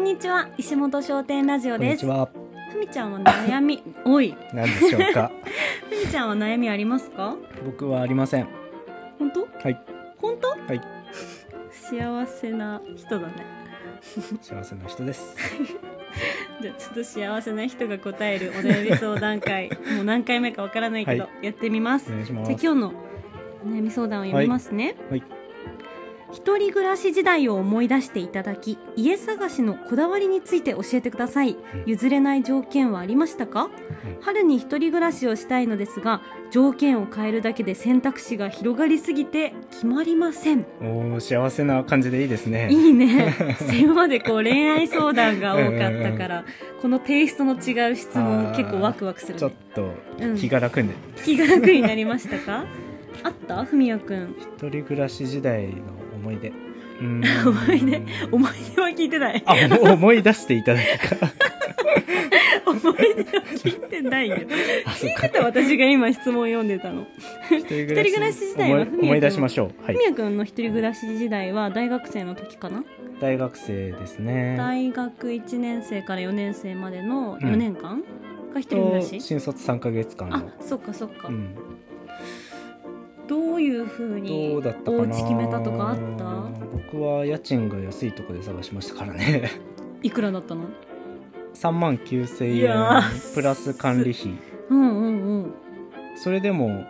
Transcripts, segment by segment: にちは石本商店ラジオこんでにすちふは。みちゃんは悩み おい何でしょ うか。ふみちゃんは悩みありますか僕はありません。本当はい。本当はい。幸せな人だね幸せな人です。じゃあちょっと幸せな人が答えるお悩み相談 会もう何回目かわからないけど、はやってみますお願いしまじゃあす。今日のお悩み相談を読みますね、はいはい一人暮らし時代を思い出していただき家探しのこだわりについて教えてください譲れない条件はありましたか、うん春に一人暮らしをしたいのですが条件を変えるだけで選択肢が広がりすぎて決まりませんおお、幸せな感じでいいですね。いい ね先までこう恋愛相談が多かったからこのテイストの違う質問あー結構ワクワクする、ね、ちょっと気が楽に。気が楽になりましたかあったふみやくん一人暮らし時代の思い出。うーん 思い出 思い出は聞いて ないあ、お思い出していただいた。思い出は聞いてないよあ、そうだって私が今質問読んでたの一人 暮一人暮らし時代は思い思い出しましょう。はふいみ。やくんの一人暮らし時代は大学生の時かな、大学生ですね。大学1年生から4年生までのん4年間が一人暮らとし、新卒三ヶ月間あの。そっかそっか、うん。どういうふうにどおうだったかな家決めたとかあった僕は家賃が安いとこで探しましたからねいくらだったの3万9000いや円ープラス管理費うんうんうんそれでも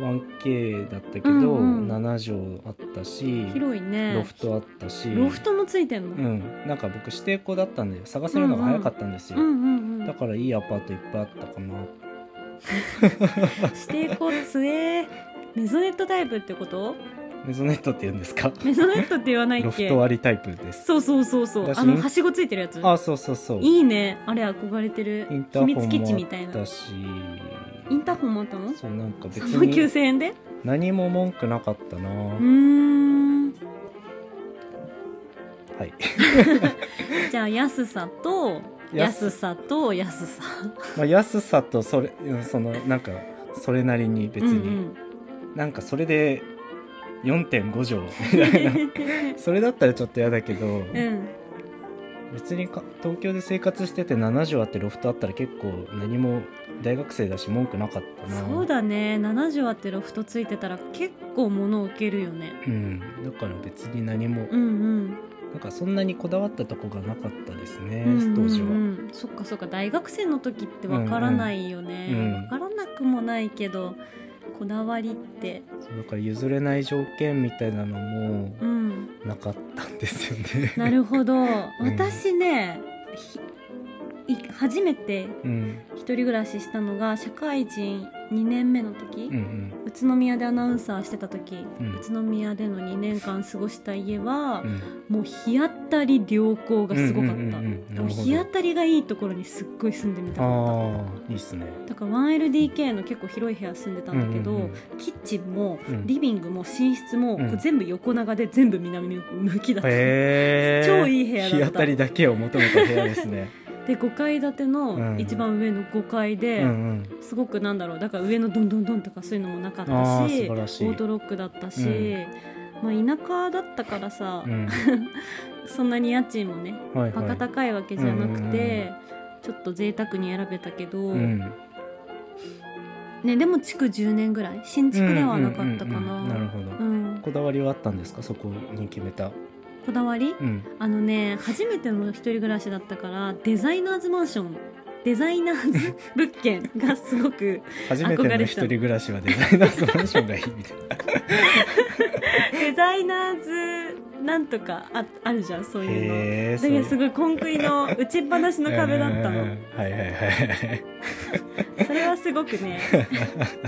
1K だったけど、うんうん7畳あったし広いねロフトあったしロフトもついてんの、うんなんか僕指定校だったんで探せるのが早かったんですよ、うんうんうんだからいいアパートいっぱいあったかな指定校つえメゾネットタイプってことメゾネットって言うんですかメゾネットって言わないロっけフトありタイプですそうそうそうそうだしあのはしごついてるやつあそうそうそういいねあれ憧れてインるタ秘ー密ホ基地みたンいもなあったしインターホンもあったのそうなんか別3万に9000円で何も文句なかったな、うーんはいじゃあ安さと安さと安さまあ安さとそれうんそのなんかそれなりに別に、うんなんかそれで4.5畳み たいな うそれだったらちょっと嫌だけど、ん、うん、別にか東京で生活してて7畳あってロフトあったら結構何も大学生だし文句なかったなそうだね70あってロフトついてたら結構物を受けるよねうん、だから別に何も、うんうんなんかそんなにこだわったとこがなかったですね、うんうんうん当時は、そっかそっか大学生の時ってわからないよね、うんうんうんわからなくもないけどこだわりってそうだから譲れない条件みたいなのもうんなかったんですよねなるほど、私ねひい初めて うん一人暮らししたのが社会人2年目の時、うん宇都宮でアナウンサーしてた時、うん宇都宮での2年間過ごした家はう、んもう日当たり良好がすごかった、うんうんうんうんなるほど日当たりがいいところにすっごい住んでみたかっああいいっすねただから 1LDK の結構広い部屋住んでたんだけど、うんうんうんキッチンもうんリビングも寝室も、うんこう全部横長で全部南向きだった、へー超いい部屋だった日当たりだけを求めた部屋で すねで5階建てうのん一番上の5階うで、んうんすごくなんだろうだから上のどんどんどんとかそういうのもなかっあたー素し晴らしいオートロックだったし、まあ、田舎だったからさ、うんそんなに家賃もねはいバはカい高いわけじゃなくて、うんうんうんちょっと贅沢に選べたけど、うんね、でも築10年ぐらい新築ではなかったかな。うんうんうんうんなるほど、うんこだわりはあったんですかそこに決めたこだわりうんあのね初めての一人暮らしだったからデザイナーズマンションデザイナーズ物件がすごく初めて憧のれ一てた人暮らしはデザイナーズマンションがいいみたいなデザイナーズなんとかああるじゃん そういうの。へえだからすごいコンクリの打ちっぱなしの壁だったのはいはい はいそれはすごく ね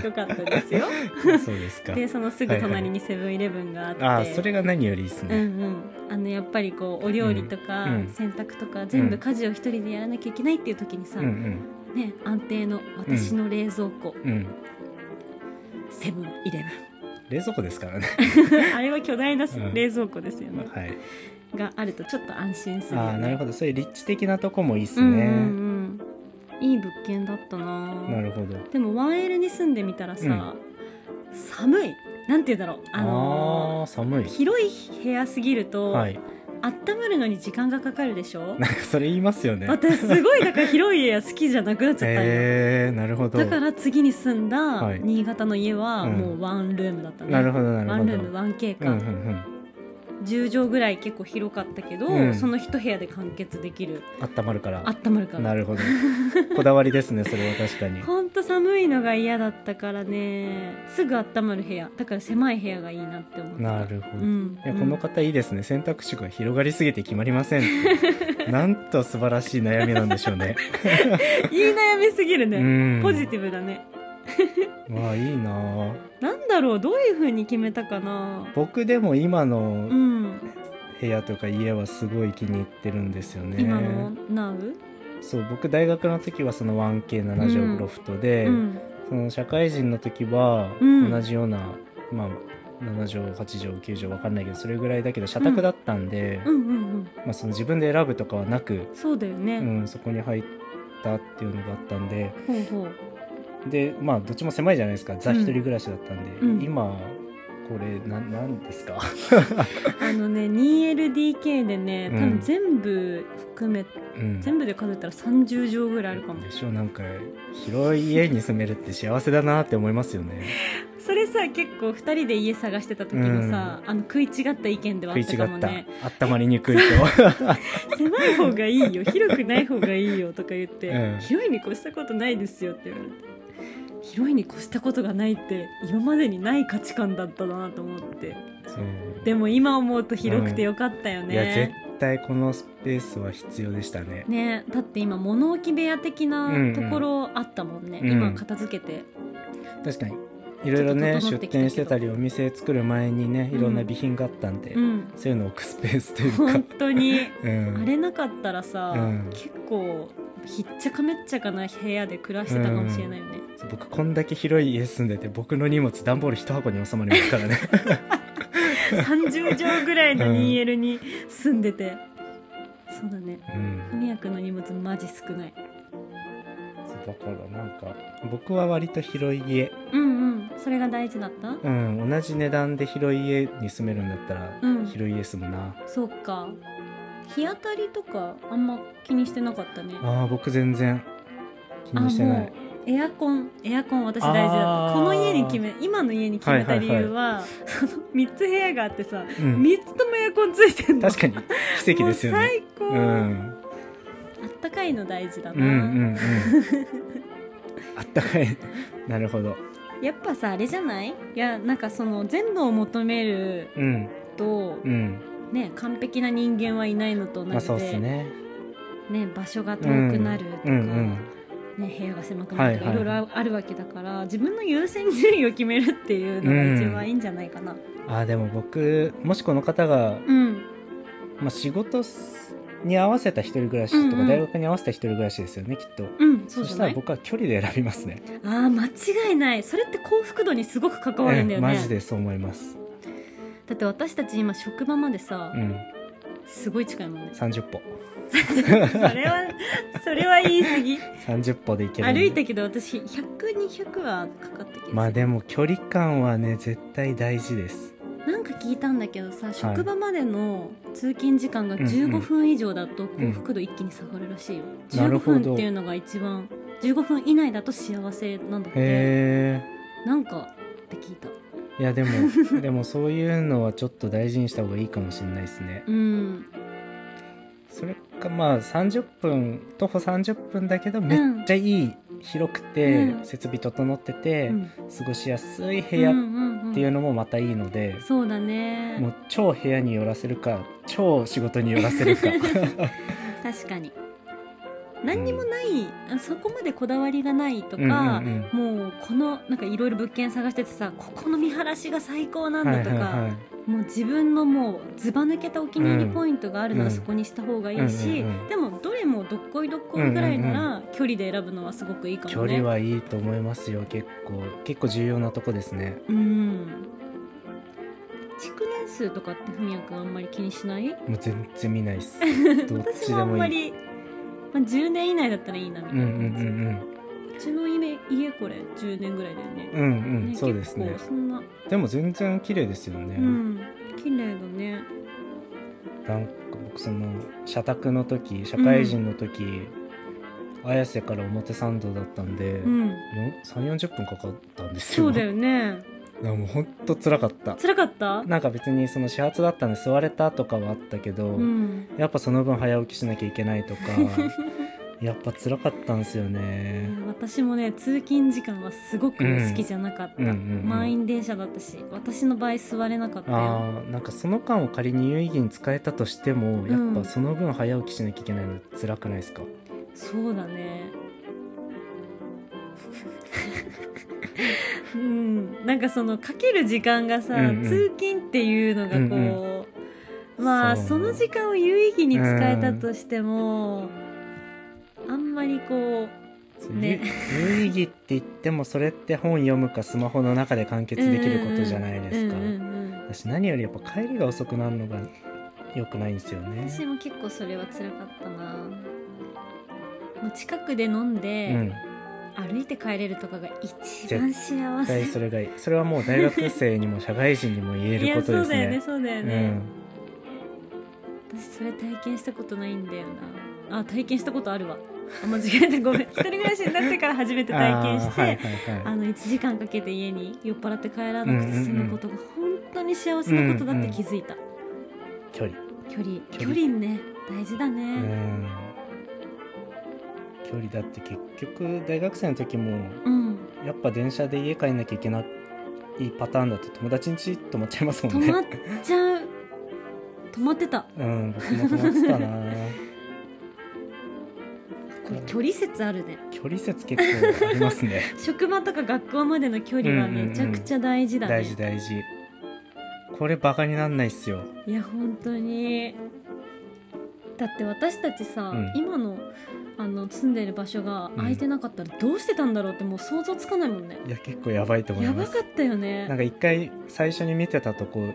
良かったですよはいそうですかでそのすぐ隣にセブンイレブンがあって、ああそれが何よりいいっうすんね、うん、あのやっぱりこうお料理とか、うんうん洗濯とか全部家事を一人でやらなきゃいけないっていう時にさ、うん、うんね、安定の私の冷蔵庫、うんセブンイレ 冷蔵庫ですからねブンあれは巨大なうん冷蔵庫ですよね、はいがあるとちょっと安心するよねああなるほどそういう立地的なとこもいいっすうんうね、んうん、いい物件だったななるほどでも 1L に住んでみたらさ、寒いなんて言うんだろうあのあー寒いー広い部屋すぎると、はい 温まるのに時間がかかるでしょなんかそれ言いますよね私すごいだから広い家は好きじゃなくなっちゃったんよ、 えー、なるほどだから次に住んだはい新潟の家はうんもうワンルームだったね、なるほどなるほどワンルーム 1K か、うんうん10畳ぐらい結構広かったけど、うんその一部屋で完結できるうん温まるからあったまるからなるほど こだわりですねそれは 確かにほんと寒いのが嫌だったからねすぐあったまる部屋だから狭い部屋がいいなって思ったなるほど、ういん、やこの方いいですね選択肢が広がりすぎて決まりません なんと素晴らしい悩みなんでしょうねうんいい悩みすぎるう ね、んポジティブだねまあいいなあなんだろうどういう風に決めたかな僕でも今うのん、部屋とか家はすごい気に入ってるんですよね今の NOW? そう僕大学の時はその 1K7 畳ロフトで、うんその社会人の時はうん同じような、まあ7畳8畳9畳わかんないけどそれぐらいだけど社宅だったんで、うんうんうんまあ、その自分で選ぶとかはなく、そうだようね、ん、そこに入ったっていうのがあったんでほうほうでまあどっちも狭いじゃないですかザうん一人暮らしだったんで、うん今これななんですか あのね 2LDK でね多うん分全部含め、うん全部で数えたら30畳ぐらいあるかもでしょなんか広い家に住めるって幸せだなって思いますよね それさ結構2人で家探してた時のさ、あの食い違った意見ではあ食っいた違かもった、ねあったまりにくい と狭い方がいいよ広くない方がいいよとか言って、うん広いに越したことないですよって言われて広いに越したことがないって今までにない価値観だったなと思ってそうでも今思うと広くてよかったよいや絶ね、対このスペースは必要でしたねねだって今物置部屋的うんうんなところあったもんね、うん今片付けて確かにいろいろねちょ出っと整ってきたけど店してたりお店作る前にねいろんな備品があったんで、うんそういうのを置くスペースというか本、当にうん、あれなかったらさ、うん結構ひっちゃかめっちゃかな部屋で暮らしてたかもしれないよね、僕こんだけ広い家住んでて僕の荷物段ボール一箱に収まりますからね30畳ぐらいのうん 2L に住んでて、そうだねうん文也君の荷物マジ少ないだからなんか僕は割と広い家、うんうんそれが大事だった、うん、同じ値段で広い家に住めるんだったら、うん広い家住むなそうか日当たりとかあんま気にしてなかったねあー僕全然気にしてないエアコンエアコン私大事だっあーたこの家に決め今の家に決めた理由は,、 その3つ部屋があってさうん、 3つともエアコンついてんの確かに奇跡ですよもうね最高、うんあったかいの大事だうな、んうんうんあったかい なるほどやっぱさあれじゃないいやなんかその全部を求めるうんとう、んね完璧な人間はいないのと同じで、まあそうっすねね場所が遠うんくなるとか、うんね、部屋が狭くなるとか、はいいはいろいろあるわけだから自分の優先順位を決めるっていうのが一番いいんじゃないかな。うん、あーでも僕もしこの方が、うん、まあ、仕事に合わせた一人暮らしとか、うんうん大学に合わせた一人暮らしですよねきっとうん、そそうじゃしたならい僕は距離で選びますねあー間違いないそれって幸福度にすごく関わるんだええよね、マジでそう思います、だって私たち今職場までさ、うん、すごい近いもんね 30歩それはそれは言い過ぎ30歩で行けるんで歩いたけど私100200はかかってきてまあでも距離感はね絶対大事ですなんか聞いたんだけどさ職場までの通勤時間が15分以上だと幸福度一気に下がるらしいよ、な15るほど分っていうのが一番15分以内だと幸せなんだってへえなんかって聞いたいやでも でもそういうのはちょっと大事にした方がいいかもしれないですねうんそれかまあ30分徒歩30分だけどめっちゃいい、広くて、うん設備整ってて、うん過ごしやすい部屋うんっうんうんていうのもまたいいので、そうだねもう超部屋に寄らせるか超仕事に寄らせ るか確かに何にもない、あそこまでこだわりがないと うんうんか、うんもうこのなんかいろいろ物件探しててさここの見晴らしが最高なんはだいはといか、はもう自分のもうずば抜けたお気に入うりんポイントがあるなうらんそこにした方がいいし、うんうんうんでもどれもどっこいどっこいぐらいなら距離で選ぶのはすごくいいかい、もね。距離はいいと思いますよ結構結構重要なとこですねうん築年数とかってふみやくんあんまり気にしないもう全然見ない っすどっち私でもあんもまいいり、まあ、10年以内だったらいいなみたういんうなん感じ、うんうちの家家これ10年ぐらいだよねうんうんうん、ねそうですね結構そんなでも全然綺麗ですよね、うん綺麗だねなんか僕その社宅の時社会人の時、綾瀬から表参道だったんで、うん、 340分かかったんですよそうだ よねだからもうほんとつらかった辛かったなんか別にその始発だったんで座れたとかはあったけど、うんやっぱその分早起きしなきゃいけない とかやっぱつらかったんですよね私もね通勤時間はすごく好きじゃなかった、うんうんうんうん満員電車だったし私の場合座れなかったよあーなんかその間を仮に有意義に使えたとしてもやうっんぱその分早起きしなきゃいけないの辛くないですか、そうだねうんなんかそのかける時間がさ、うんうん通勤っていうのがこう、うんまあそうその時間を有意義に使えたとしても、あんまりこねゆ有意義って言ってもそれって本読むかスマホの中で完う結できることじゃないですか、うんうんうんうん私何よりやっぱ帰りが遅くなるのが良くないんですよね私も結構それは辛かったなもう近くで飲んうで、ん歩いて帰れるとかが一番幸絶せ対それがいいそれはもう大学生にも社会人にも言えいるやことそでうすだよねねそうだようね、ん私それ体験したことないんだよなあ体験したことあるわあ間違えたご めん一人暮らしになってから初めて体験してあ,、あーはいはいはいの1時間かけて家に酔っ払って帰らなくて済むことが本当に幸せなことだって気づいた、距離距離距距離離ね大事だうねん距離だって結局大学生の時もうんやっぱ電車で家帰んなきゃいけないパターンだと友達ん家泊まっちゃいますもん止ねまっちゃう止まってたうん僕も泊まってたなこれ距離説あるね距離説結構あります ね職場とか学校までの距離はめちゃくちゃ大事だね、大事大事これバカになんないっすよいや本当にだって私たちさ、うん今のあの住んでる場所が空いてなかったらどうしてたんだろうってもう想像つかないもんね、いや結構やばいと思いやまばすかったよ ねなんか一回最初に見てたとこ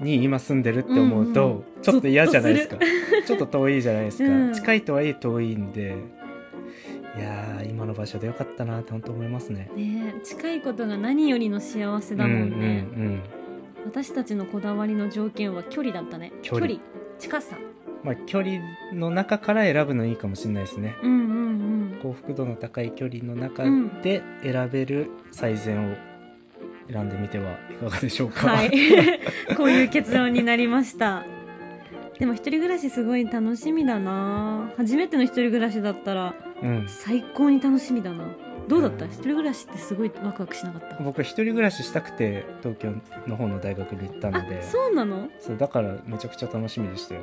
に今住んでるって思うと、うんうんちょっと嫌じゃないですか ちょっと遠いじゃないですか、うん近いとはいえ遠いんでいやー今の場所でよかったなって本当思いますねねえ近いことが何よりの幸せだもんね、うんうんうん私たちのこだわりの条件は距離だったね距離近さまあ距離の中から選ぶのいいかもしれないですねうんうん幸福度の高い距離の中うんで選べる最善を選んでみてはいかがでしょううんか、 はいこういう結論になりましたでも一人暮らしすごい楽しみだな初めての一人暮らしだったらうん、最高に楽しみだなどうだった、うん一人暮らしってすごいワクワクしなかった僕一人暮らししたくて東京の方の大学に行ったのであそうなのねそうだからめちゃくちゃ楽しみでしたよ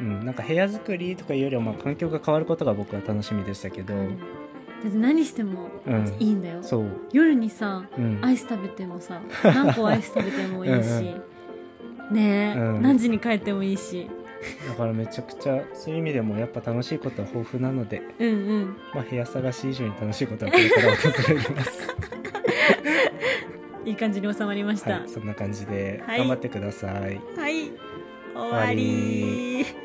うん、なんか部屋作りとかいうよりはまあ環境が変わることが僕は楽しみでしたけど、うんだって何してもうんいいんだよ、そう、夜にさうん、アイス食べてもさ何個アイス食べてもいいしねえ、うん何時に帰ってもいいしだからめちゃくちゃそういう意味でもやっぱ楽しいことは豊富なので、うんうんまあ、部屋探し以上に楽しいことはこれから訪れます、いい感じに収まりましたはい、そんな感じではい頑張ってください、はい、終わわりり